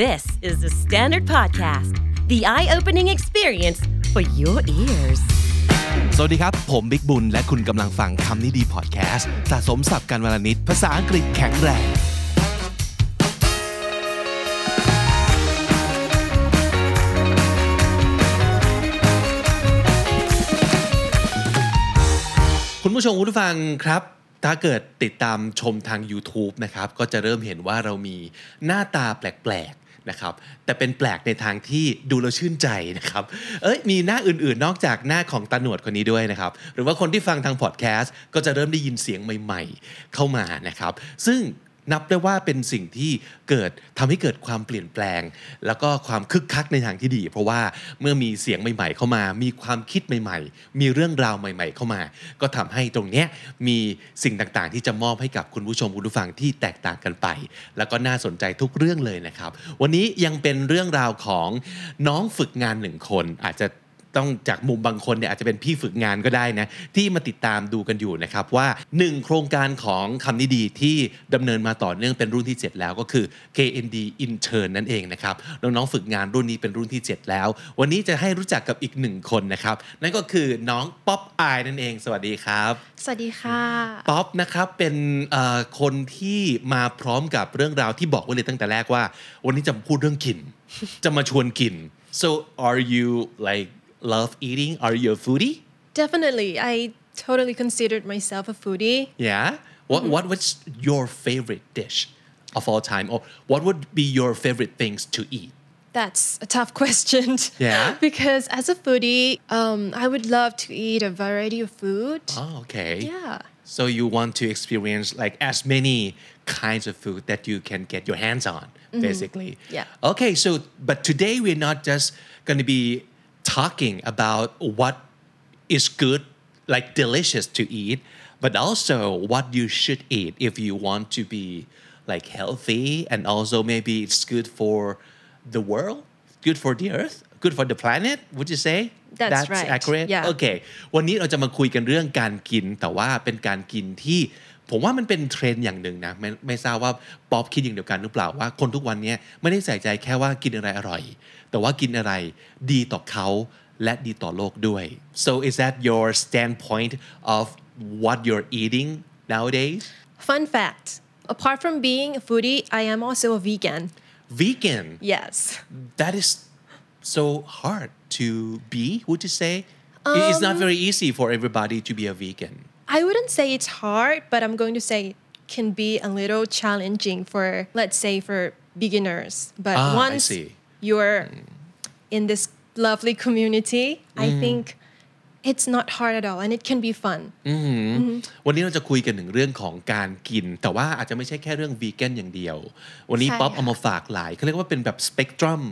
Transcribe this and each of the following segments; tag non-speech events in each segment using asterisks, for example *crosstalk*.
This is the Standard Podcast, the eye opening experience for your ears. สวัสดีครับ ผมบิ๊กบุญ และคุณกำลังฟังคำนี้ดีพอดแคสต์สะสมสับการวลนิดภาษาอังกฤษแข็งแรง คุณผู้ชมคุณผู้ฟังครับ ถ้าเกิดติดตามชมทาง YouTube นะครับ ก็จะเริ่มเห็นว่าเรามีหน้าตาแปลกๆนะครับ แต่เป็นแปลกในทางที่ดูแล้วชื่นใจนะครับ เอ้ย มีหน้าอื่นๆ นอกจากหน้าของตาหนวดคนนี้ด้วยนะครับ หรือว่าคนที่ฟังทางพอดแคสต์ก็จะเริ่มได้ยินเสียงใหม่ๆ เข้ามานะครับ ซึ่ง นับได้ว่าเป็นสิ่งที่เกิดทำให้เกิดความเปลี่ยนแปลง แล้วก็ความคึกคักในทางที่ดี เพราะว่าเมื่อมีเสียงใหม่ๆ เข้ามา มีความคิดใหม่ๆ มีเรื่องราวใหม่ๆ เข้ามา ก็ทำให้ตรงเนี้ยมีสิ่งต่างๆ ที่จะมอบให้กับคุณผู้ชมคุณผู้ฟังที่แตกต่างกันไป แล้วก็น่าสนใจทุกเรื่องเลยนะครับ วันนี้ยังเป็นเรื่องราวของน้องฝึกงานหนึ่งคน อาจจะต้องจากมุมบางคนเนี่ยอาจจะเป็นพี่ฝึกงานก็ได้นะที่มาติดตามดูกันอยู่นะครับว่า 1 โครงการของคำนิดีที่ดำเนินมาต่อเนื่องเป็นรุ่นที่ 7 แล้วก็คือ KND Intern นั่นเองนะครับน้องๆฝึกงานรุ่นนี้เป็นรุ่นที่ 7 แล้ว วันนี้จะให้รู้จักกับอีกหนึ่งคนนะครับนั่นก็คือน้องป๊อปอายนั่นเอง สวัสดีครับ สวัสดีค่ะ ป๊อปนะครับเป็นเอ่อคนที่มาพร้อมกับเรื่องราวที่บอกไว้เลยตั้งแต่แรกว่า วันนี้จะพูดเรื่องกิน จะมาชวนกิน so are you like love eating are you a foodie Definitely I totally considered myself a foodie yeah what what was your favorite dish of all time or what would be your favorite things to eat That's a tough *laughs* question Yeah. *laughs* because as a foodie um I would love to eat a variety of food oh okay yeah so you want to experience like as many kinds of food that you can get your hands on basically Mm-hmm. Yeah. Okay, so but today we're not just going to be talking about what is good, like delicious to eat, but also what you should eat if you want to be like healthy and also maybe it's good for the world, good for the earth, good for the planet, would you say? That's right. accurate. Yeah. Okay. วันนี้เราจะมาคุยกันเรื่องการกิน แต่ว่าเป็นการกินที่ ผมว่ามันเป็นเทรนด์อย่างหนึ่งนะไม่ไม่ทราบว่าป๊อปคิดอย่างเดียวกันหรือเปล่าว่าคนทุกวันเนี้ยไม่ได้ใส่ใจแค่ว่ากินอะไรอร่อย แต่ว่ากินอะไรดีต่อเขาและดีต่อโลกด้วย so is that your standpoint of what you're eating nowadays Fun fact apart from being a foodie I am also a vegan vegan yes that is so hard to be would you say It- it's not very easy for everybody to be a vegan I wouldn't say it's hard but I'm going to say it can be a little challenging for let's say for beginners but Ah, I once see. Hmm. you're in this lovely community I think it's not hard at all and it can be fun Hmm. วันนี้เราจะคุยกันถึงเรื่องของการกิน แต่ว่าอาจจะไม่ใช่แค่เรื่องวีแกนอย่างเดียว วันนี้ ใช่ ป๊อป ค่ะ เอามาฝากหลายเขาเรียกว่าเป็นแบบสเปกตรัม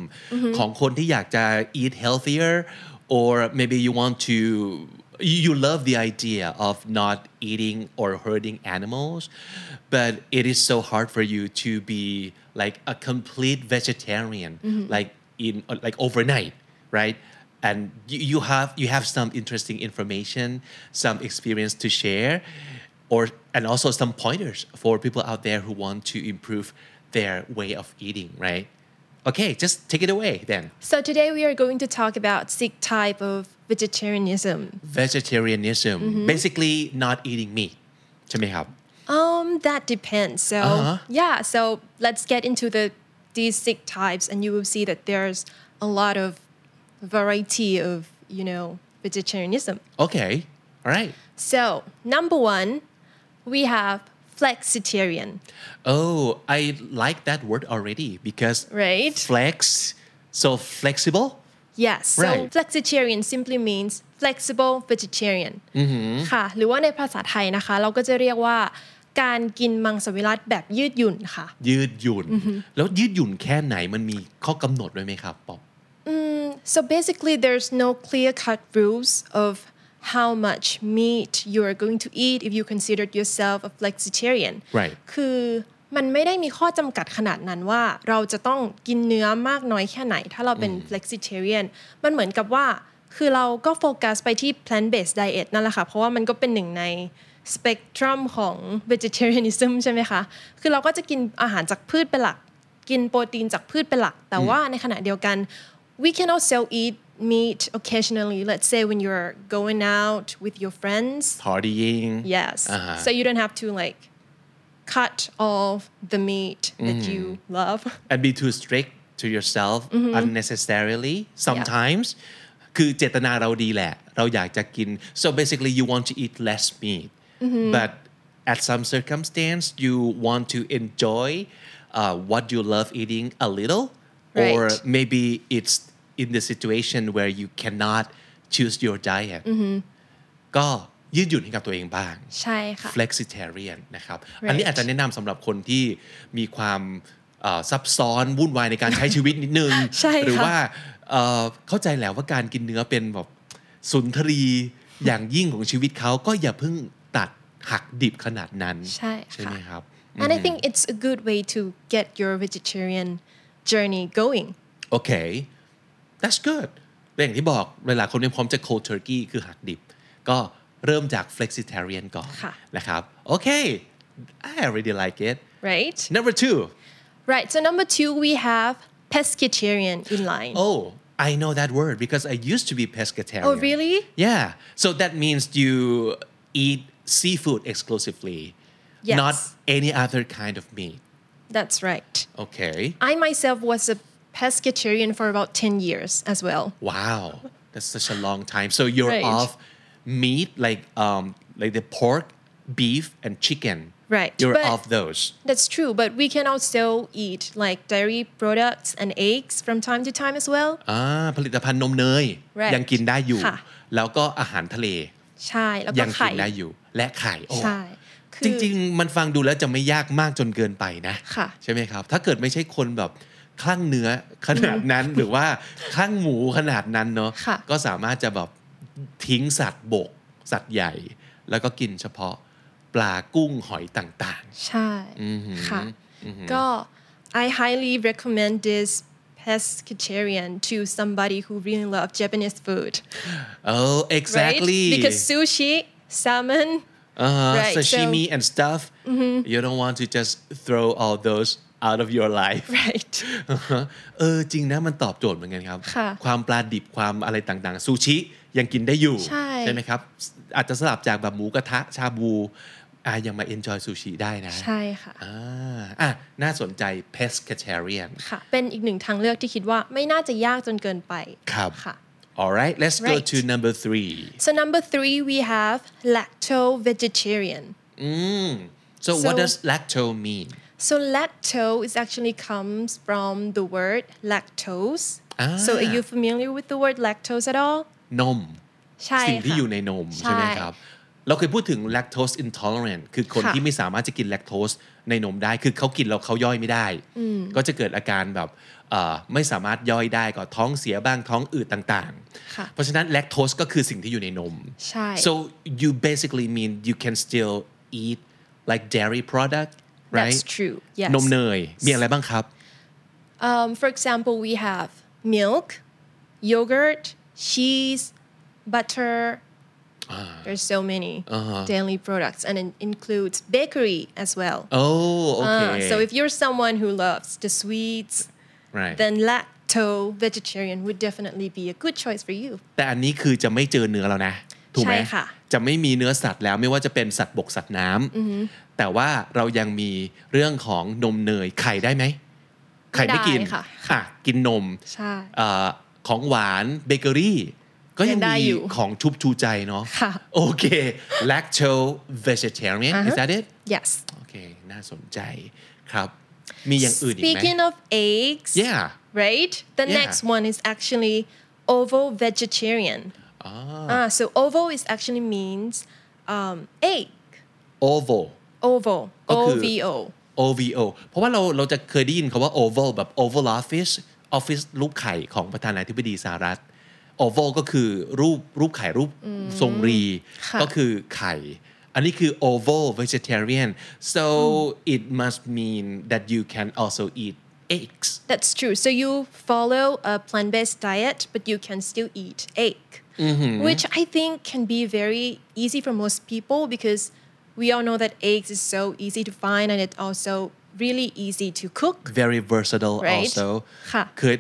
ของคนที่อยากจะ eat healthier or maybe you want to you you love the idea of not eating or hurting animals but it is so hard for you to be like a complete vegetarian like in like overnight right and you, you have you have some interesting information some experience to share or and also some pointers for people out there who want to improve their way of eating right okay just take it away then So today we are going to talk about Sikh type of vegetarianism. vegetarianism basically not eating meat ใช่ไหมครับ Um, that depends. So Uh-huh. yeah, so let's get into the these Sikh types, and you will see that there's a lot of variety of you know vegetarianism. okay all right So number one, we have flexitarian, oh I like that word already because right? flex so flexible Yes. So Right. flexitarian simply means flexible vegetarian Mm-hmm. ค่ะ หรือว่าในภาษาไทยนะคะ เราก็จะเรียกว่า การกินมังสวิรัตแบบยืดหยุ่นค่ะ ยืดหยุ่น แล้วยืดหยุ่นแค่ไหนมันมีข้อกำหนดไว้ไหมครับป๊อป so basically there's no clear cut rules of how much meat you are going to eat if you considered yourself a flexitarian Right. คือมันไม่ได้มีข้อจำกัดขนาดนั้นว่า เราจะต้องกินเนื้อมากน้อยแค่ไหน ถ้าเราเป็น flexitarian มันเหมือนกับว่า คือเราก็โฟกัสไปที่ plant based diet นั่นแหละค่ะ เพราะว่ามันก็เป็นหนึ่งในสเปกตรัมของ vegetarianism ใช่ไหมคะ คือเราก็จะกินอาหารจากพืชเป็นหลัก กินโปรตีนจากพืชเป็นหลัก แต่ว่าในขณะเดียวกัน we can also eat meat occasionally let's say when you're going out with your friends partying Yes. อ่าฮะ So you don't have to like cut off the meat that you *laughs* love. and be too strict to yourself unnecessarily sometimes คือเจตนาเราดีแหละ เราอยากจะกิน so basically you want to eat less meat but at some circumstance you want to enjoy uh, what you love eating a little or Right. maybe it's in the situation where you cannot choose your diet ก็ยืดหยุ่นให้กับตัวเองบ้าง ใช่ค่ะ flexitarian นะครับ Right. อันนี้อาจจะแนะนำสำหรับคนที่มีความเอ่อซับซ้อนวุ่นวายในการใช้ชีวิตนิดนึง ใช่ค่ะ หรือว่าเอ่อเข้าใจแหล้วว่าการกินเนื้อเป็นแบบสุนทรีย์อย่างยิ่งของชีวิตเขาก็อย่าเพิ่งตัดหักดิบขนาดนั้น ใช่ ใช่ ค่ะ ไหมครับ And I think it's a good way to get your vegetarian journey going. โอเค that's good แต่อย่างที่บอกหลายๆคนยังพร้อมจะ cold turkey คือหักดิบ ก็เริ่มจาก flexitarian ก่อน ค่ะ นะครับ โอเค I really like it Right? number two Right. So number two, we have pescatarian in line. Oh, I know that word because I used to be pescatarian. Oh, really? Yeah. So that means you eat seafood exclusively, Yes. not any other kind of meat. That's right. Okay. I myself was a pescatarian for about 10 years as well. Wow, that's such a long time. So you're Right. off meat like um like the pork, beef, and chicken. Right, You're but- off those. That's true, but we can also eat like dairy products and eggs from time to time as well. อ่า Ah, ผลิตภัณฑ์นมเนย Right. ยังกินได้อยู่ ค่ะ แล้วก็อาหารทะเล ใช่แล้วก็ ยังกิ ไข่ นได้อยู่ และไข่โอ้ ใช่คือ จริงๆ มันฟังดูแล้วจะไม่ยากมากจนเกินไปนะ ค่ะ ใช่ไหมครับ ถ้าเกิดไม่ใช่คนแบบคลั่งเนื้อขนาด *laughs* นั้นหรือว่าคลั่งหมูขนาดนั้นเนาะ ค่ะ ก็สามารถจะแบบทิ้งสัตว์บก สัตว์ใหญ่ แล้วก็กินเฉพาะปลากุ้งหอยต่าง ใช่ค่ะก็ I highly recommend this pescatarian to somebody who really love Japanese food ๆ oh right exactly because sushi salmon uh, right, so- sashimi and stuff you don't want to just throw all those out of your life *laughs* right อ่าฮะเออจริงนะมันตอบโจทย์เหมือนกันครับ ค่ะ ความปลาดิบความอะไรต่างๆ ซูชิยังกินได้อยู่ ใช่ ไหมครับ อาจจะสลับจากแบบหมูกระทะชาบูอ่ายังมาเอนจอยซูชิได้นะ ใช่ค่ะ อ่าอ่ะน่าสนใจ pescatarian ค่ะ เป็นอีกหนึ่งทางเลือกที่คิดว่าไม่น่าจะยากจนเกินไป ครับ ค่ะ alright let's go Right. to number three so number three we have lacto vegetarian so what So- does lacto mean So lacto is actually comes from the word lactose. Ah. So are you familiar with the word lactose at all? นม ใช่ สิ่งที่ ค่ะ อยู่ในนม ใช่ ใช่ไหมครับ เราเคยพูดถึง lactose intolerant คือคน ค่ะ ที่ไม่สามารถจะกิน lactose ในนมได้ คือเขากินแล้วเขาย่อยไม่ได้ ก็จะเกิดอาการแบบเอ่อไม่สามารถย่อยได้ก็ท้องเสียบ้างท้องอืดต่าง ค่ะ ๆ เพราะฉะนั้น lactose ก็คือสิ่งที่อยู่ในนม ใช่ so you basically mean you can still eat like dairy product right That's true. Yes. นมเนย มีอะไรบ้างครับ Um, for example, we have milk, yogurt, cheese, butter. Ah. There's so many Uh-huh. dairy products, and it includes bakery as well. oh okay Ah, so if you're someone who loves the sweets, right then lacto vegetarian would definitely be a good choice for you. แต่อันนี้คือจะไม่เจอเนื้อแล้วนะ ถูกไหม ใช่ค่ะ จะไม่มีเนื้อสัตว์แล้วไม่ว่าจะเป็นสัตว์บกสัตว์น้ำแต่ว่าเรายังมีเรื่องของนมเนยไข่ได้ไหมไข่ไม่กิน ได้ค่ะ อ่กินนม ใช่ เอ่อของหวานเบเกอรี่ ก็ยัง ยังได้ มี อยู่ ของชุบชูใจเนาะ ค่ะ โอเค lacto vegetarian is that it Yes. โอเค น่าสนใจครับ มีอย่างอื่นอีกไหม Speaking of eggs, yeah right? The Yeah. next one is actually ovo vegetarian. Ah, so ovo is actually means um, egg. oval Ovo. Oh, O good. V O. OVO เพราะว่าเราเราจะเคยได้ยินคาว่า Oval แบบ Oval Office Office รูปไข่ของประธานาธิบดีสหรัฐ Oval ก็คือรูปรูปไข่รูปทรงรี ค่ะ ก็คือไข่ อันนี้คือ Oval vegetarian so it must mean that you can also eat eggs That's true. So you follow a plant-based diet, but you can still eat egg, which I think can be very easy for most people because we all know that eggs is so easy to find and it also really easy to cook very versatile Right. also ค่ะ คือ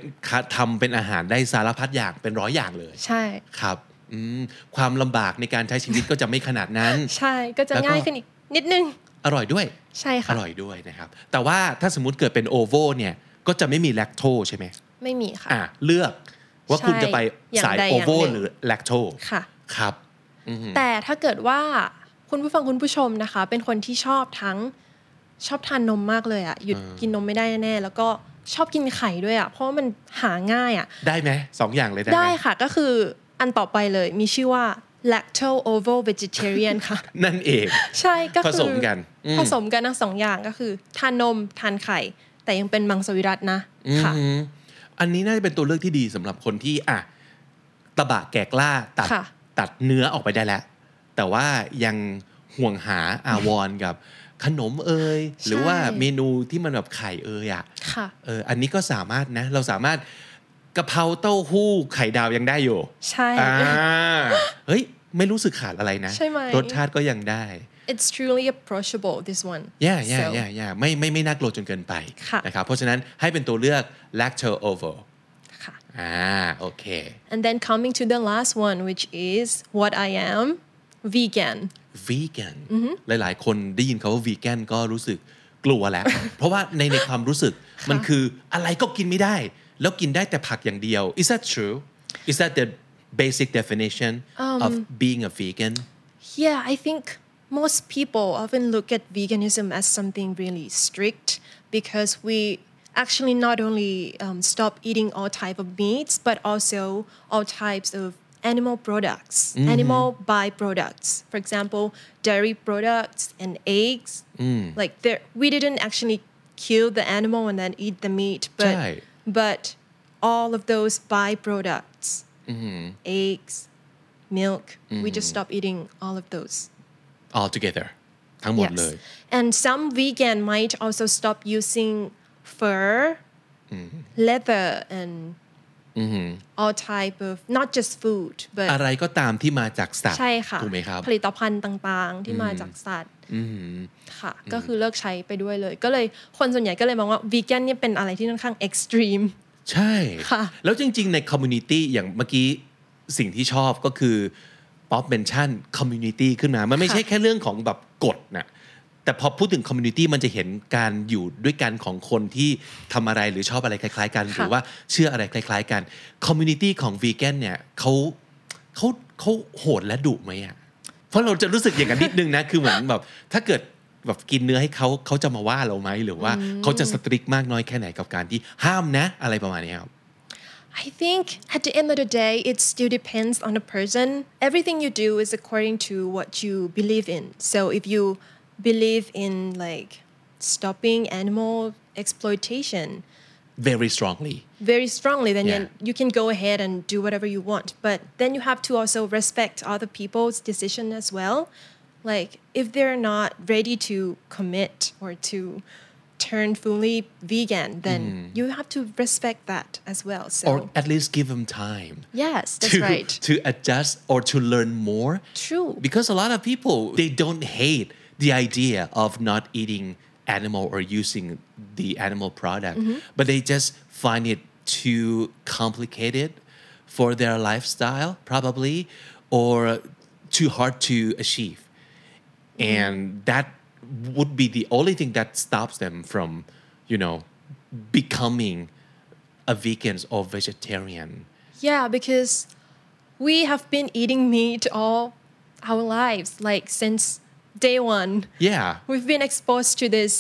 ทำเป็นอาหารได้สารพัดอย่างเป็นร้อยอย่างเลย ใช่ ครับอืมความลำบากในการใช้ชีวิตก็จะไม่ขนาดนั้น ใช่ก็จะ แล้วก็ ง่ายขึ้นอีกนิดนึง อร่อยด้วย ใช่ อ ค่ะ ร่อยด้วยนะครับ แต่ว่าถ้าสมมติเกิดเป็นโอโวเนี่ย ก็จะไม่มีแลคโตใช่ไหม ไม่มีค่ะ อ่ะเลือกว่าคุณ ใช่ จะไปสาย อย่างใด โอโว อย่างหหนึ่งรือแลคโต ค่ะ ครับอืม แต่ถ้าเกิดว่าคุณผู้ฟังคุณผู้ชมนะคะ เป็นคนที่ชอบทั้งชอบทานนมมากเลยอะหยุดกินนมไม่ได้แน่ๆแล้วก็ชอบกินไข่ด้วยอะเพราะว่ามันหาง่ายอะ ได้ไหมสองอย่างเลยได้ ได้ ไหม ค่ะก็คืออันต่อไปเลยมีชื่อว่า lacto ovo vegetarian ค่ะ *laughs* นั่นเอง ใช่ก็คือ ผสมกันอืม ผสมกันทั้งสองอย่างก็คือ ทานนมทานไข่ แต่ยังเป็นมังสวิรัตนะค่ะ อืมอันนี้น่าจะเป็นตัวเลือกที่ดีสำหรับคนที่อ่ะตะบะแกะกล้าตัด ค่ะ ตัดเนื้อออกไปได้แล้ว แต่ว่ายังห่วงหาอาวรณ์กับขนมเอ่ยหรือว่า ใช่ เมนูที่มันแบบไข่เอ่ยอ่ะ ค่ะ เออ อันนี้ก็สามารถนะ เราสามารถกะเพราเต้าหู้ไข่ดาวยังได้อยู่ ใช่ อ่า *gasps* เฮ้ย ไม่รู้สึกขาดอะไรนะ ใช่ไหม รสชาติก็ยังได้ it's truly approachable this one แย่แย่ So แย่แย่ไม่ไม่ไม่น่ากลัวจนเกินไป ค่ะ นะครับ เพราะฉะนั้นให้เป็นตัวเลือก lacto ovo ค่ะ อ่า โอเค And then coming to the last one, which is what I am vegan. vegan หลาย ๆ คนได้ยินคาว่า vegan ก็รู้สึกกลัวแล้ว *laughs* เพราะว่าในในความรู้สึกมันคืออะไรก็กินไม่ได้ แล้วกินได้แต่ผักอย่างเดียว is that true is that the basic definition of being a vegan Yeah, I think most people often look at veganism as something really strict because we actually not only um, stop eating all type of meats but also all types of animal products, animal byproducts. For example, dairy products and eggs. Like there, we didn't actually kill the animal and then eat the meat, but Right. but all of those byproducts, eggs, milk. We just stop eating all of those. all together ทั้งหมดเลย And some vegan might also stop using fur, leather, and all type of not just food, but อะไรก็ตามที่มาจากสัตว์ ใช่ค่ะ ถูกไหมครับ ผลิตภัณฑ์ต่างๆ ที่มาจากสัตว์ค่ะ ก็คือเลิกใช้ไปด้วยเลย ก็เลยคนส่วนใหญ่ก็เลยมองว่าวีแกนเนี่ยเป็นอะไรที่ค่อนข้างเอ็กซ์ตรีม ใช่ ค่ะ แล้วจริง ๆ ในคอมมูนิตี้อย่างเมื่อกี้สิ่งที่ชอบก็คือป๊อปเมนชั่นคอมมูนิตี้ขึ้นมา มันไม่ใช่ ค่ะ แค่เรื่องของแบบกฎนะแต่พอพูดถึงคอมมูนิตี้มันจะเห็นการอยู่ด้วยกันของคนที่ทำอะไรหรือชอบอะไรคล้าย ๆ กัน ห ค่ะ รือว่าเชื่ออะไรคล้าย ๆ กันคอมมูนิตี้ของวีแกนเนี่ยเขาเขาเขาโหดและดุไหมอ่ะเพราะเราจะรู้สึกอย่างนั้นนิดนึงนะ คือเหมือนแบบถ้าเกิดแบบกินเนื้อให้เขาเขาจะมาว่าเราไหมหรือว่าเขาจะสตริกมากน้อยแค่ไหนกับการที่ห้ามนะ อะไรประมาณนี้ครับ I think at the end of the day, it still depends on the person. Everything you do is according to what you believe in. So if you believe in like stopping animal exploitation very strongly. very strongly, then Yeah. you, you can go ahead and do whatever you want. But then you have to also respect other people's decision as well. Like if they're not ready to commit or to turn fully vegan, then you have to respect that as well. So Mm. Or at least give them time yes, that's to, right. to adjust or to learn more. True. Because a lot of people, they don't hate the idea of not eating animal or using the animal product, but they just find it too complicated for their lifestyle, probably, or too hard to achieve. and that would be the only thing that stops them from you know becoming a vegan or vegetarian Yeah, because we have been eating meat all our lives, like since day one. yeah We've been exposed to this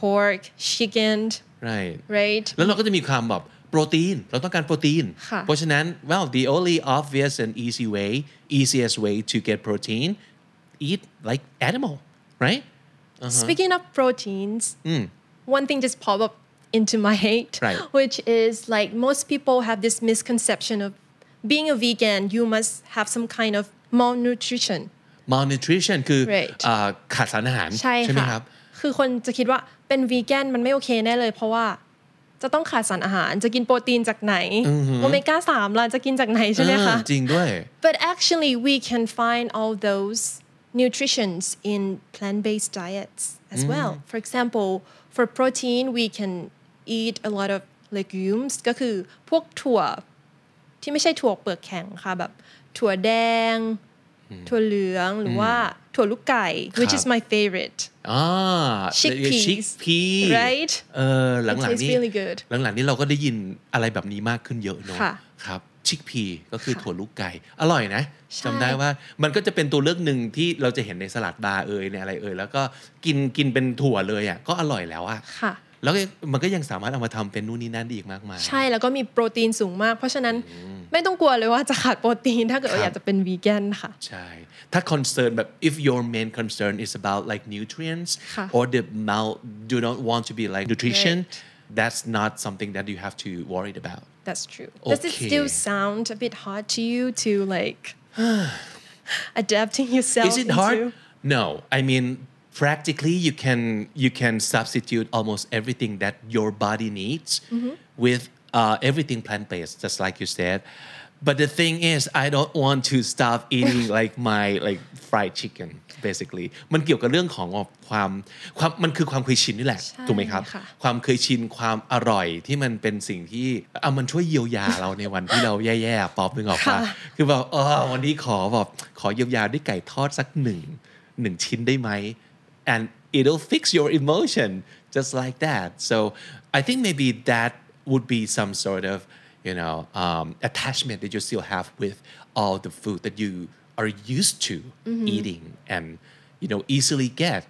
pork, chicken, right right? แล้วเราก็จะมีความแบบโปรตีน เราต้องการโปรตีน ค่ะ เพราะฉะนั้น well the only obvious and easy way easiest way to get protein eat like animal right Speaking of proteins, one thing just popped up into my head, Right. which is like most people have this misconception of being a vegan, you must have some kind of malnutrition. malnutrition คือ Right. อ่าขาดสารอาหาร ใช่ ไหม ค่ะ ครับ คือคนจะคิดว่าเป็นวีแกนมันไม่โอเคแน่เลย เพราะว่าจะต้องขาดสารอาหาร จะกินโปรตีนจากไหน โอเมก้าสามล่ะจะกินจากไหนใช่ไหมคะ เออจริงด้วย but actually we can find all those nutritions in plant-based diets as well for example for protein we can eat a lot of legumes ก็คือพวกถั่วที่ไม่ใช่ถั่วเปลือกแข็งค่ะแบบถั่วแดง ถั่วเหลืองหรือว่าถั่วลูกไก่ค which รับ is my favorite อ่า Chickpeas ชิคพี Right? เออหลัง tastes ๆ นี่ really good หลังๆ นี่เราก็ได้ยินอะไรแบบนี้มากขึ้นเยอะเนอะ ค่ะ ครับชิคพีก็คือถั่วลูกไก่ อร่อยนะ ใช่ จำได้ว่ามันก็จะเป็นตัวเลือกหนึ่งที่เราจะเห็นในสลัดบาร์เอ่ยในอะไรเอ่ยแล้วก็กินกินเป็นถั่วเลยอ่ะก็อร่อยแล้วอ่ะ ค่ะ แล้วก็มันก็ยังสามารถเอามาทำเป็นนู่นนี่นั่นได้อีกมากมาย ใช่แล้วก็มีโปรตีนสูงมาก เพราะฉะนั้นไม่ต้องกลัวเลยว่าจะขาดโปรตีน ถ้าเกิด ครับว่าอยากจะเป็นวีแกนค่ะ ใช่ถ้า concern แบบ if your main concern is about like nutrients ค่ะ or the amount do not want to be like nutrition that's not something that you have to worry about that's true does it Okay. still sound a bit hard to you to like *sighs* adapting yourself is it into- hard no I mean practically you can you can substitute almost everything that your body needs with uh, everything plant based just like you said but the thing is I don't want to stop eating like my like fried chicken basically มันเกี่ยวกับเรื่องของความความมันคือความเคยชินนี่แหละ ใช่ ถูกไหมครับ ค่ะ ความเคยชินความอร่อยที่มันเป็นสิ่งที่อ่ะมันช่วยเยียวยาเราในวันที่เราแย่ๆปอบนึงออกมา ค่ะ คือแบบเออวันนี้ขอแบบขอเยียวยาด้วยไก่ทอดสักหนึ่งหนึ่งชิ้นได้ไหม and it'll fix your emotion just like that so I think maybe that would be some sort of you know um, attachment that you still have with all the food that you are used to eating and you know easily get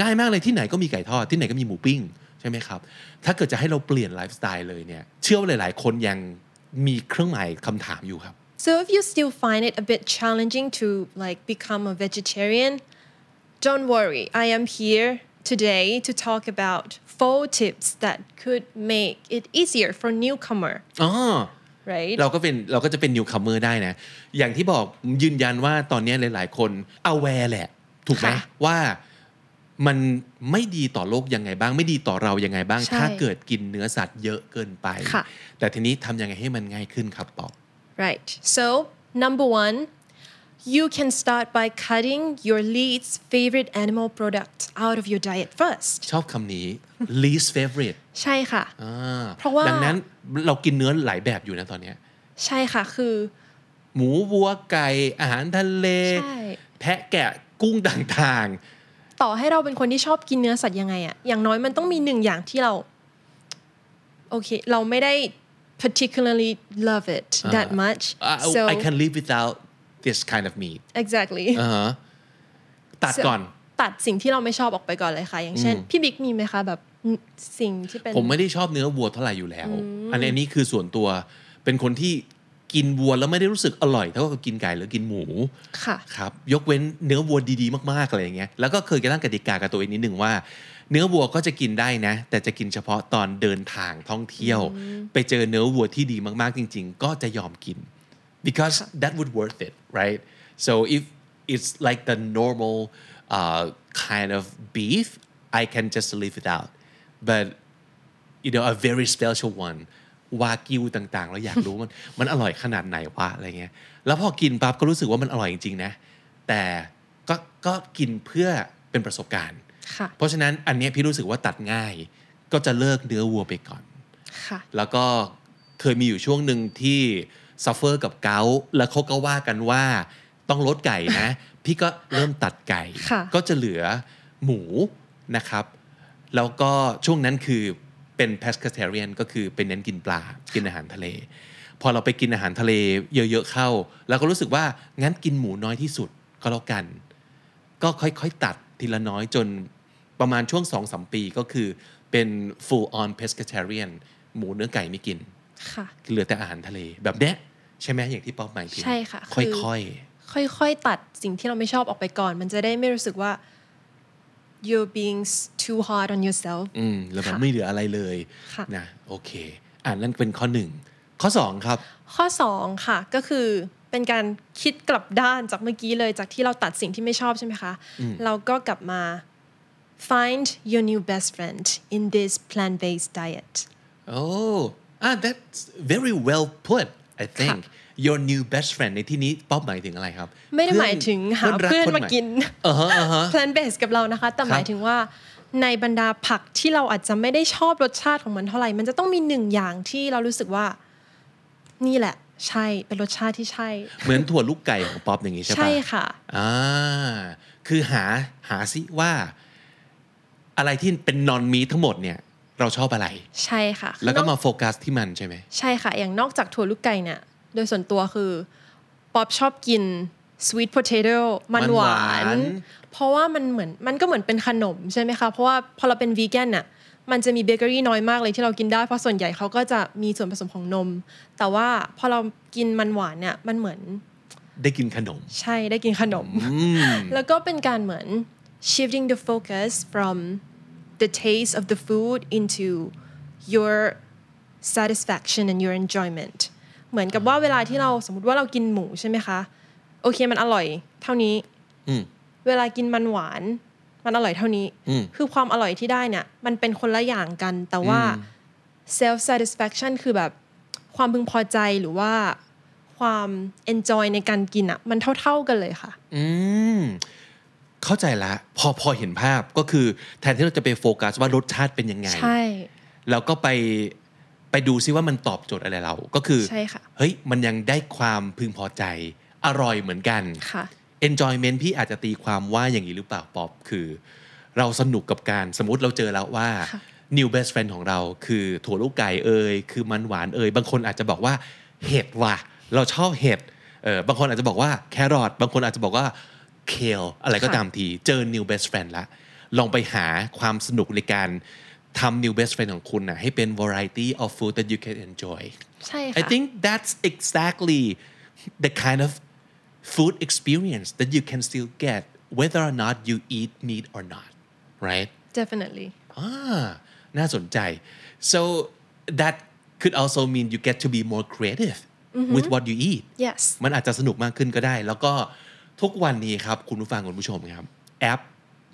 ง่ายมากเลยที่ไหนก็มีไก่ทอด ที่ไหนก็มีหมูปิ้ง ใช่ไหมครับ ถ้าเกิดจะให้เราเปลี่ยนไลฟ์สไตล์เลยเนี่ย เชื่อว่าหลาย ๆ คนยังมีเครื่องหมายคำถามอยู่ครับ so if you still find it a bit challenging to like become a vegetarian don't worry I am here today to talk about four tips that could make it easier for newcomer อ๋อ right เราก็เป็นเราก็จะเป็นนิวคัมเมอร์ได้นะ อย่างที่บอกยืนยันว่าตอนนี้หลาย ๆ คน aware แหละ ถูกไหม ค่ะ ว่ามันไม่ดีต่อโลกยังไงบ้าง ไม่ดีต่อเรายังไงบ้าง ใช่ ถ้าเกิดกินเนื้อสัตว์เยอะเกินไป ค่ะ แต่ทีนี้ทำยังไงให้มันง่ายขึ้นครับปอบ Right. So, number one, you can start by cutting your least favorite animal product out of your diet first. ชอบคำนี้ least favorite ใช่ค่ะ อ่ เพราะว่า ดังนั้นเรากินเนื้อหลายแบบอยู่นะตอนเนี้ย ใช่ค่ะ คือ หมูวัวไก่อาหารทะเล ใช่ แพะแกะกุ้งต่าง ต่อให้เราเป็นคนที่ชอบกินเนื้อสัตว์ยังไงอะอย่างน้อยมันต้องมีหนึ่งอย่างที่เรา โอเค เราไม่ได้ particularly love it that much ๆอ่ะ so I can live without this kind of meat exactly อ่าฮะตัด So ก่อน ตัดสิ่งที่เราไม่ชอบออกไปก่อนเลยค่ะ อย่างเช่น พี่บิ๊กมีไหมคะแบบสิ่งที่เป็น ผมไม่ได้ชอบเนื้อวัวเท่าไหร่อยู่แล้ว อันนี้อันนี้คือส่วนตัว เป็นคนที่กินวัวแล้วไม่ได้รู้สึกอร่อยเท่ากับกินไก่หรือกินหมู ค่ะ ครับยกเว้นเนื้อวัวดีๆ มากๆอะไรอย่างเงี้ยแล้วก็เคยกระตั้งกติกากับตัวเองนิดหนึ่งว่า เนื้อวัวก็จะกินได้นะ แต่จะกินเฉพาะตอนเดินทางท่องเที่ยว ไปเจอเนื้อวัวที่ดีมากๆจริง ๆ ก็จะยอมกิน *laughs* because that would worth it right so if it's like the normal uh, kind of beef I can just live without but you know a very special one วากิวต่างๆ แล้วอยาก *laughs* รู้ มันมันอร่อยขนาดไหนวะอะไรเงี้ย แล้วพอกินปั๊บก็รู้สึกว่ามันอร่อยจริงๆนะ แต่ก็ก็กินเพื่อเป็นประสบการณ์ ค่ะ เพราะฉะนั้นอันเนี้ยพี่รู้สึกว่าตัดง่าย ก็จะเลิกเนื้อวัวไปก่อน ค่ะ แล้วก็เคยมีอยู่ช่วงหนึ่งที่ซัฟเฟอร์กับเกาต์แล้วเขาก็ว่ากันว่าต้องลดไก่นะ พี่ก็เริ่มตัดไก่ ค่ะ ก็จะเหลือหมูนะครับ แล้วก็ช่วงนั้นคือเป็นแพสคาเทเรียนก็คือเป็นเน้นกินปลา กินอาหารทะเล พอเราไปกินอาหารทะเลเยอะๆเข้า แล้วก็รู้สึกว่างั้นกินหมูน้อยที่สุดก็แล้วกัน ก็ค่อยๆ ตัดทีละน้อยจนประมาณช่วงสองสามปีก็คือเป็น full on pescatarian หมูเนื้อไก่ไม่กิน ค่ะ เหลือแต่อาหารทะเลแบบเนี้ยใช่ไหมอย่างที่ป๊อปหมายถึง ใช่ค่ะคือ ค่อย ค่อยๆ ตัดสิ่งที่เราไม่ชอบออกไปก่อน มันจะได้ไม่รู้สึกว่า you're being s- too hard on yourself ๆอืมแล้วแบบ ค่ะ ไม่เหลืออะไรเลย ค่ะ นะโอเคอ่านนั่นเป็นข้อหนึ่งข้อสองครับ ข้อ 2 ค่ะ ก็คือเป็นการคิดกลับด้านจากเมื่อกี้เลยจากที่เราตัดสิ่งที่ไม่ชอบใช่ไหมคะ เราก็กลับมา find your new best friend in this plant-based diet Oh, ah, that's very well put. I think your new best friend ในที่นี้ป๊อปหมายถึงอะไรครับ ไม่ได้หมายถึงหา รั เพื่อน คให มากิน อ่าฮะอ่าฮะ plant based กับเรานะคะ แต่หมายถึงว่า ในบรรดาผักที่เราอาจจะไม่ได้ชอบรสชาติของมันเท่าไหร่ มันจะต้องมีหนึ่งอย่างที่เรารู้สึกว่า นี่แหละ ใช่เป็นรสชาติที่ใช่ เหมือนถั่วลูกไก่ของป๊อปอย่างนี้ใช่ปะ ใช่ค่ะ อ่าคือหาหาซิว่า อะไรที่เป็นนอนมีทั้งหมดเนี่ย เราชอบอะไร ใช่ค่ะ แล้วก็ น มา อ โฟกัสที่มันใช่ไหม ใช่ค่ะ อย่างนอกจากถั่วลูกไก่เนี่ย โดยส่วนตัวคือ ป๊อปชอบกินสวีท p o เ a โ o มันหมัวานหนวาน เพราะว่ามันเหมือนมันก็เหมือนเป็นขนมใช่ไหมคะ เพราะว่าพอเราเป็นวีแกนน่ะมันจะมีเบเกอรี่น้อยมากเลยที่เรากินได้ เพราะส่วนใหญ่เขาก็จะมีส่วนผสมของนม แต่ว่าพอเรากินมันหวานเนี่ยมันเหมือน ได้กินขนม ใช่ได้กินขนม อืม แล้วก็เป็นการเหมือน shifting the focus from the taste of the food into your satisfaction and your enjoyment เหมือนกับว่าเวลาที่เราสมมติว่าเรากินหมูใช่ไหมคะ โอเคมันอร่อยเท่านี้ อืม เวลากินมันหวาน มันอร่อยเท่านี้ อืม คือความอร่อยที่ได้เนี่ย มันเป็นคนละอย่างกัน แต่ว่า self satisfaction คือแบบความพึงพอใจหรือว่าความ enjoy ในการกินอะ่ะ มันเท่าๆกันเลยค่ะ อืม เข้าใจละ พอพอเห็นภาพก็คือ แทนที่เราจะไปโฟกัสว่ารสชาติเป็นยังไง ใช่ แล้วก็ไปไปดูซิว่ามันตอบโจทย์อะไรเรา ก็คือ ใช่ค่ะ เฮ้ย มันยังได้ความพึงพอใจ อร่อยเหมือนกัน ค่ะ enjoyment พี่อาจจะตีความว่าอย่างนี้หรือเปล่าป๊อปคือ เราสนุกกับการสมมติเราเจอแล้วว่า ค่ะ new best friend ของเราคือถั่วลูกไก่เอ่ยคือมันหวานเอ่ยบางคนอาจจะบอกว่าเห็ดว่ะ เราชอบเห็ดเออบางคนอาจจะบอกว่าแครอทบางคนอาจจะบอกว่าเคลอะไรก็ ค่ะ ตามที เจอ new best friend ละลองไปหาความสนุกในการทำ new best friend ของคุณนะให้เป็น variety of food that you can enjoy ใช่ค่ะ I think that's exactly the kind of food experience that you can still get whether or not you eat meat or not, right? definitely Ah, น่าสนใจ So that could also mean you get to be more creative with what you eat. yes มันอาจจะสนุกมากขึ้นก็ได้ แล้วก็ทุกวันนี้ครับ คุณผู้ฟังคุณผู้ชมครับ แอป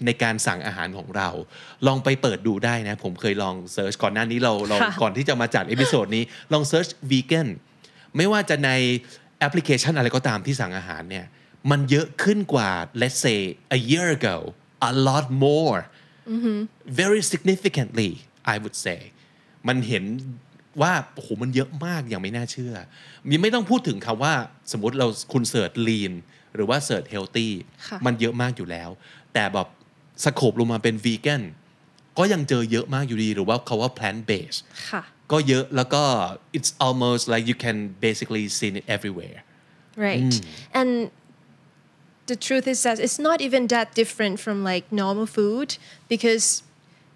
ในการสั่งอาหารของเรา ลองไปเปิดดูได้นะ ผมเคยลองเซิร์ชก่อนหน้านี้เราเรา ค่ะ ก่อนที่จะมาจัดเอพิโซดนี้ ลองเซิร์ชวีแกนไม่ว่าจะในแอปพลิเคชันอะไรก็ตามที่สั่งอาหารเนี่ย มันเยอะขึ้นกว่า let's say a year ago a lot more very significantly I would say มันเห็นว่าโอ้โหมันเยอะมากอย่างไม่น่าเชื่อ มีไม่ต้องพูดถึงคำว่า สมมติเราคุณเสิร์ช lean หรือว่าเสิร์ช healthy ค่ะ มันเยอะมากอยู่แล้ว แต่แบบสโคบลงมาเป็นวีแกนก็ยังเจอเยอะมากอยู่ดี หรือว่าคาว่า plant based ค่ะ ก็เยอะแล้วก็ it's almost like you can basically see it everywhere right and the truth is that it's not even that different from like normal food because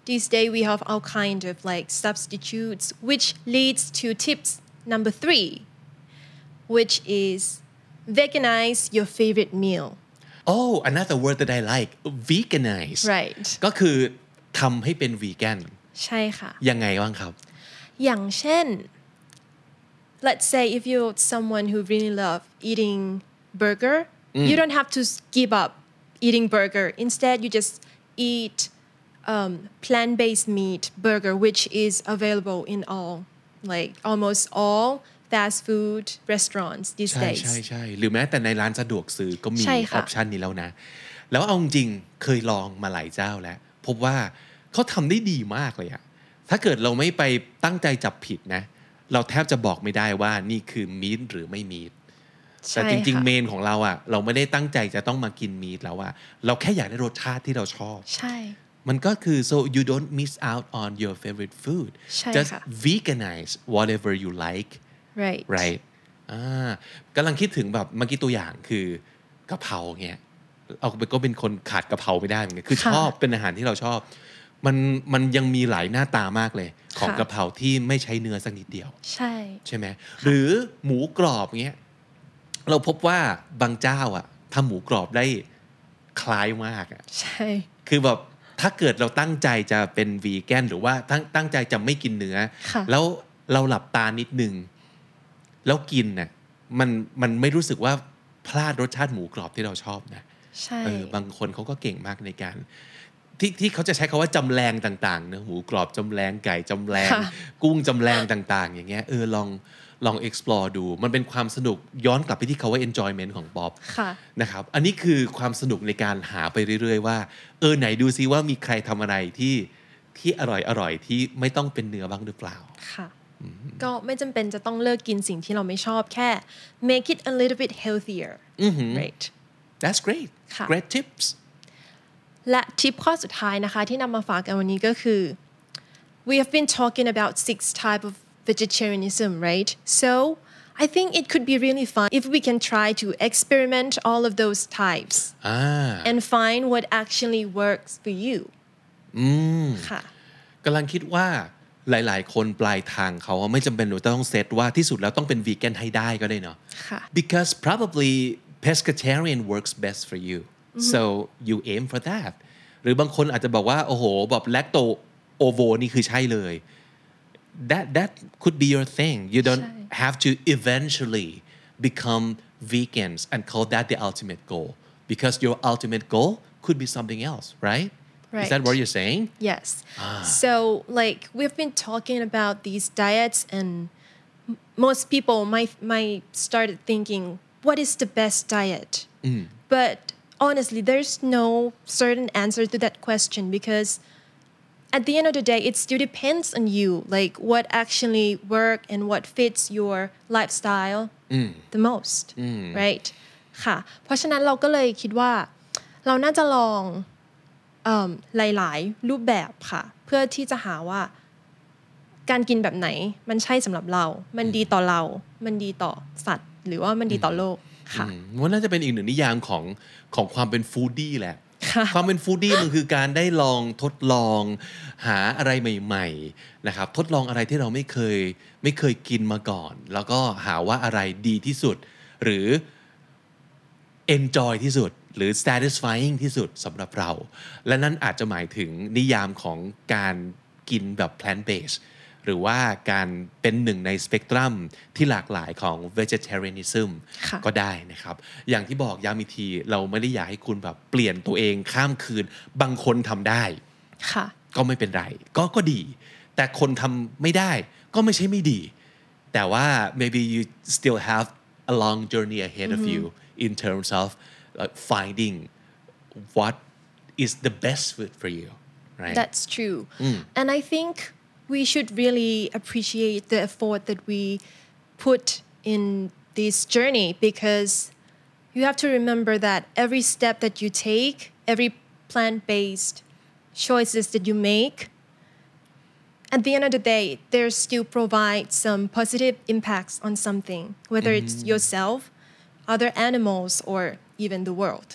these days we have all kind of like substitutes which leads to tips number three which is veganize your favorite meal oh another word that I like veganize right ก็คือทำให้เป็นวีแกน ใช่ค่ะ ยังไงบ้างครับ อย่างเช่น let's say if you're someone who really love eating burger you don't have to give up eating burger instead you just eat um, plant-based meat burger which is available in all like almost all fast food restaurants these ใช่ days ใช่ใช่หรือแม้แต่ในร้านสะดวกซื้อก็มีอ ใช่ค่ะ อปชันนี้แล้วนะ แล้วเอาจริงๆเคยลองมาหลายเจ้าแล้ว พบว่าเขาทำได้ดีมากเลยอะถ้าเกิดเราไม่ไปตั้งใจจับผิดนะ เราแทบจะบอกไม่ได้ว่านี่คือมีดหรือไม่มีดแต่จริง ๆ ค่ะ เมนของเราอะเราไม่ได้ตั้งใจจะต้องมากินมีดแล้วอะเราแค่อยากได้รสชาติที่เราชอบ ใช่ มันก็คือ so you don't miss out on your favorite food ใช่ just ค่ะ veganize whatever you like right right อ่ากำลังคิดถึงแบบเมื่อกี้ตัวอย่างคือกะเพราเงี้ยเอาไปก็เป็นคนขาดกะเพราไม่ได้เหมือนกันคือ ค่ะ ชอบเป็นอาหารที่เราชอบ มันมันยังมีหลายหน้าตามากเลย ของ ค่ะ กะเพราที่ไม่ใช้เนื้อสักนิดเดียว ใช่ ใช่ไหมหรือหมูกรอบเงี้ยเราพบว่าบางเจ้าอะทำหมูกรอบได้คล้ายมากอะ ใช่ คือแบบถ้าเกิดเราตั้งใจจะเป็นวีแกนหรือว่าตั้งตั้งใจจะไม่กินเนื้อ ค่ะ แล้วเราหลับตานิดนึง แล้วกินน่ะมันมันไม่รู้สึกว่าพลาดรสชาติหมูกรอบที่เราชอบนะ ใช่ เออบางคนเขาก็เก่งมากในการ ที่ที่เขาจะใช้คาว่าจำแรงต่างๆเนอะหมูกรอบจำแรงไก่จำแรง ค่ะ กุ้งจำแรงต่าง ๆ อย่างเงี้ยเออลองลอง explore ดู มันเป็นความสนุกย้อนกลับไปที่คาว่า enjoyment ของบ๊อบ ค่ะ นะครับ อันนี้คือความสนุกในการหาไปเรื่อย ๆ ว่า เออไหนดูซิว่ามีใครทำอะไรที่ที่อร่อยอร่อยๆที่ไม่ต้องเป็นเนื้อบ้างหรือเปล่า ค่ะ ก็ไม่จำเป็นจะต้องเลิกกินสิ่งที่เราไม่ชอบแค่ make it a little bit healthier อือหือ right that's great ค่ะ great tips และทิปข้อสุดท้ายนะคะที่นำมาฝากกันวันนี้ก็คือ we have been talking about six type of vegetarianism right so I think it could be really fun if we can try to experiment all of those types อ่า and find what actually works for you ค่ะ กำลังคิดว่าหลายๆ คนปลายทางเขาอะไม่จำเป็นหนูต้องเซตว่าที่สุดแล้วต้องเป็นวีแกนให้ได้ก็ได้เนาะ ค่ะ because probably pescatarian works best for you Mm-hmm. so you aim for that หรือบางคนอาจจะบอกว่า โอ้โห แบบแลคโตโอโวนี่คือใช่เลย that that could be your thing you don't ใช่ have to eventually become vegans and call that the ultimate goal because your ultimate goal could be something else right is that Right. what you're saying Yes. So, like, we've been talking about these diets, and m- most people might might started thinking, what is the best diet? But honestly, there's no certain answer to that question because at the end of the day, it still depends on you, like what actually work and what fits your lifestyle the most, right? ค่ะ เพราะฉะนั้นเราก็เลยคิดว่าเราน่าจะลอง เอิ่มหลาย ๆ รูปแบบค่ะ เพื่อที่จะหาว่า การกินแบบไหน มันใช่สำหรับเรา มันดีต่อเรา มันดีต่อสัตว์ หรือว่ามันดีต่อโลกค่ะ อืมว่าน่าจะเป็นอีกหนึ่งนิยามของของความเป็นฟู้ดี้แหละ ความเป็นฟู้ดี้มันคือการได้ลองทดลองหาอะไรใหม่ๆนะครับทดลองอะไรที่เราไม่เคยไม่เคยกินมาก่อน แล้วก็หาว่าอะไรดีที่สุด หรือ enjoy ที่สุด หรือ satisfying ที่สุดสำหรับเรา และนั่นอาจจะหมายถึงนิยามของการกินแบบ plant based หรือว่าการเป็นหนึ่งในสเปกตรัมที่หลากหลายของ vegetarianism ค่ะ ก็ได้นะครับ อย่างที่บอกย้ำอีกที เราไม่ได้อยากให้คุณแบบเปลี่ยนตัวเองข้ามคืน บางคนทำได้ ค่ะ ก็ไม่เป็นไร ก็ก็ดี แต่คนทำไม่ได้ก็ไม่ใช่ไม่ดี แต่ว่า maybe you still have a long journey ahead of you in terms of like, finding what is the best food for you right That's true. And I think we should really appreciate the effort that we put in this journey because you have to remember that every step that you take, every plant based choices that you make, at the end of the day, they still provide some positive impacts on something, whether it's yourself, other animals, or even the world.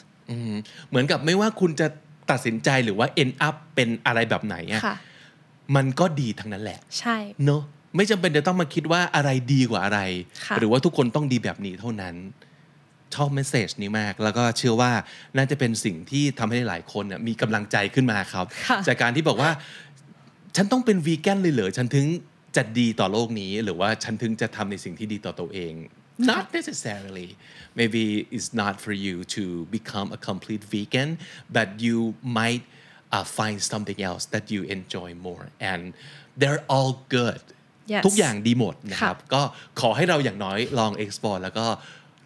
เหมือนกับไม่ว่าคุณจะตัดสินใจหรือว่า end up เป็นอะไรแบบไหนอะ ค่ะ มันก็ดีทั้งนั้นแหละ ใช่ เนอะไม่จำเป็นจะต้องมาคิดว่าอะไรดีกว่าอะไร ค่ะ หรือว่าทุกคนต้องดีแบบนี้เท่านั้นชอบเมสเซจนี้มาก แล้วก็เชื่อว่าน่าจะเป็นสิ่งที่ทำให้หลายคนเนี่ยมีกำลังใจขึ้นมาครับ จากการที่บอกว่า ฉันต้องเป็นวีแกนเลยเหรอ ฉันถึงจะดีต่อโลกนี้ หรือว่าฉันถึงจะทำในสิ่งที่ดีต่อตัวเอง not necessarily maybe it's not for you to become a complete vegan but you might uh, find something else that you enjoy more and they're all good Yes ทุกอย่างดีหมดนะครับ ค่ะ ก็ขอให้เราอย่างน้อยลอง explore แล้วก็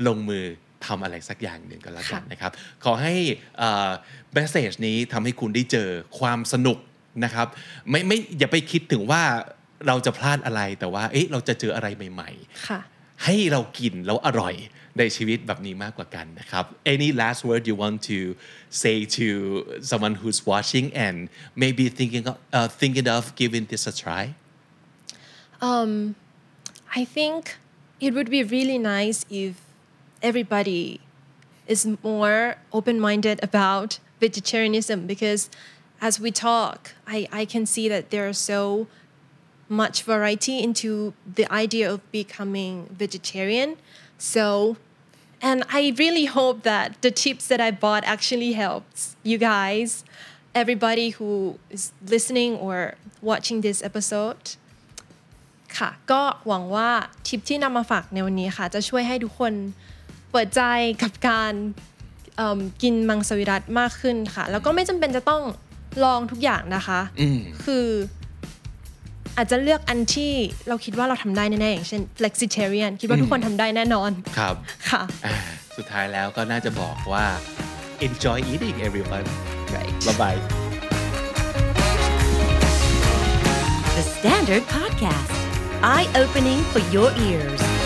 ลงมือทำอะไรสักอย่างหนึ่งกันแล้วกัน ค่ะ นะครับขอให้เมสเซจนี้ทำให้คุณได้เจอความสนุกนะครับไม่ไม่อย่าไปคิดถึงว่าเราจะพลาดอะไรแต่ว่าเอ๊ะเราจะเจออะไรใหม่ ค่ะ ๆ ให้เรากินแล้วอร่อยในชีวิตแบบนี้มากกว่ากันนะครับ Any last word you want to say to someone who's watching and maybe thinking of, uh, thinking of giving this a try I think it would be really nice if everybody is more open minded about vegetarianism because as we talk, I, I can see that there are so much variety into the idea of becoming vegetarian. So, and I really hope that the tips that I bought actually helps you guys, everybody who is listening or watching this episode. ค่ะก็หวังว่าทิปที่นำมาฝากในวันนี้ค่ะ จะช่วยให้ทุกคนเปิดใจกับการเอิ่มกินมังสวิรัตมากขึ้นค่ะ แล้วก็ไม่จำเป็นจะต้อง ลองทุกอย่างนะคะ อืม คืออาจจะเลือกอันที่เราคิดว่าเราทำได้แน่ๆอย่างเช่น flexitarian คิดว่าทุกคนทำได้แน่นอน ครับ ค่ะ อ่า *laughs* สุดท้ายแล้วก็น่าจะบอกว่า enjoy eating everyone right บ๊ายบาย The Standard Podcast, eye opening for your ears.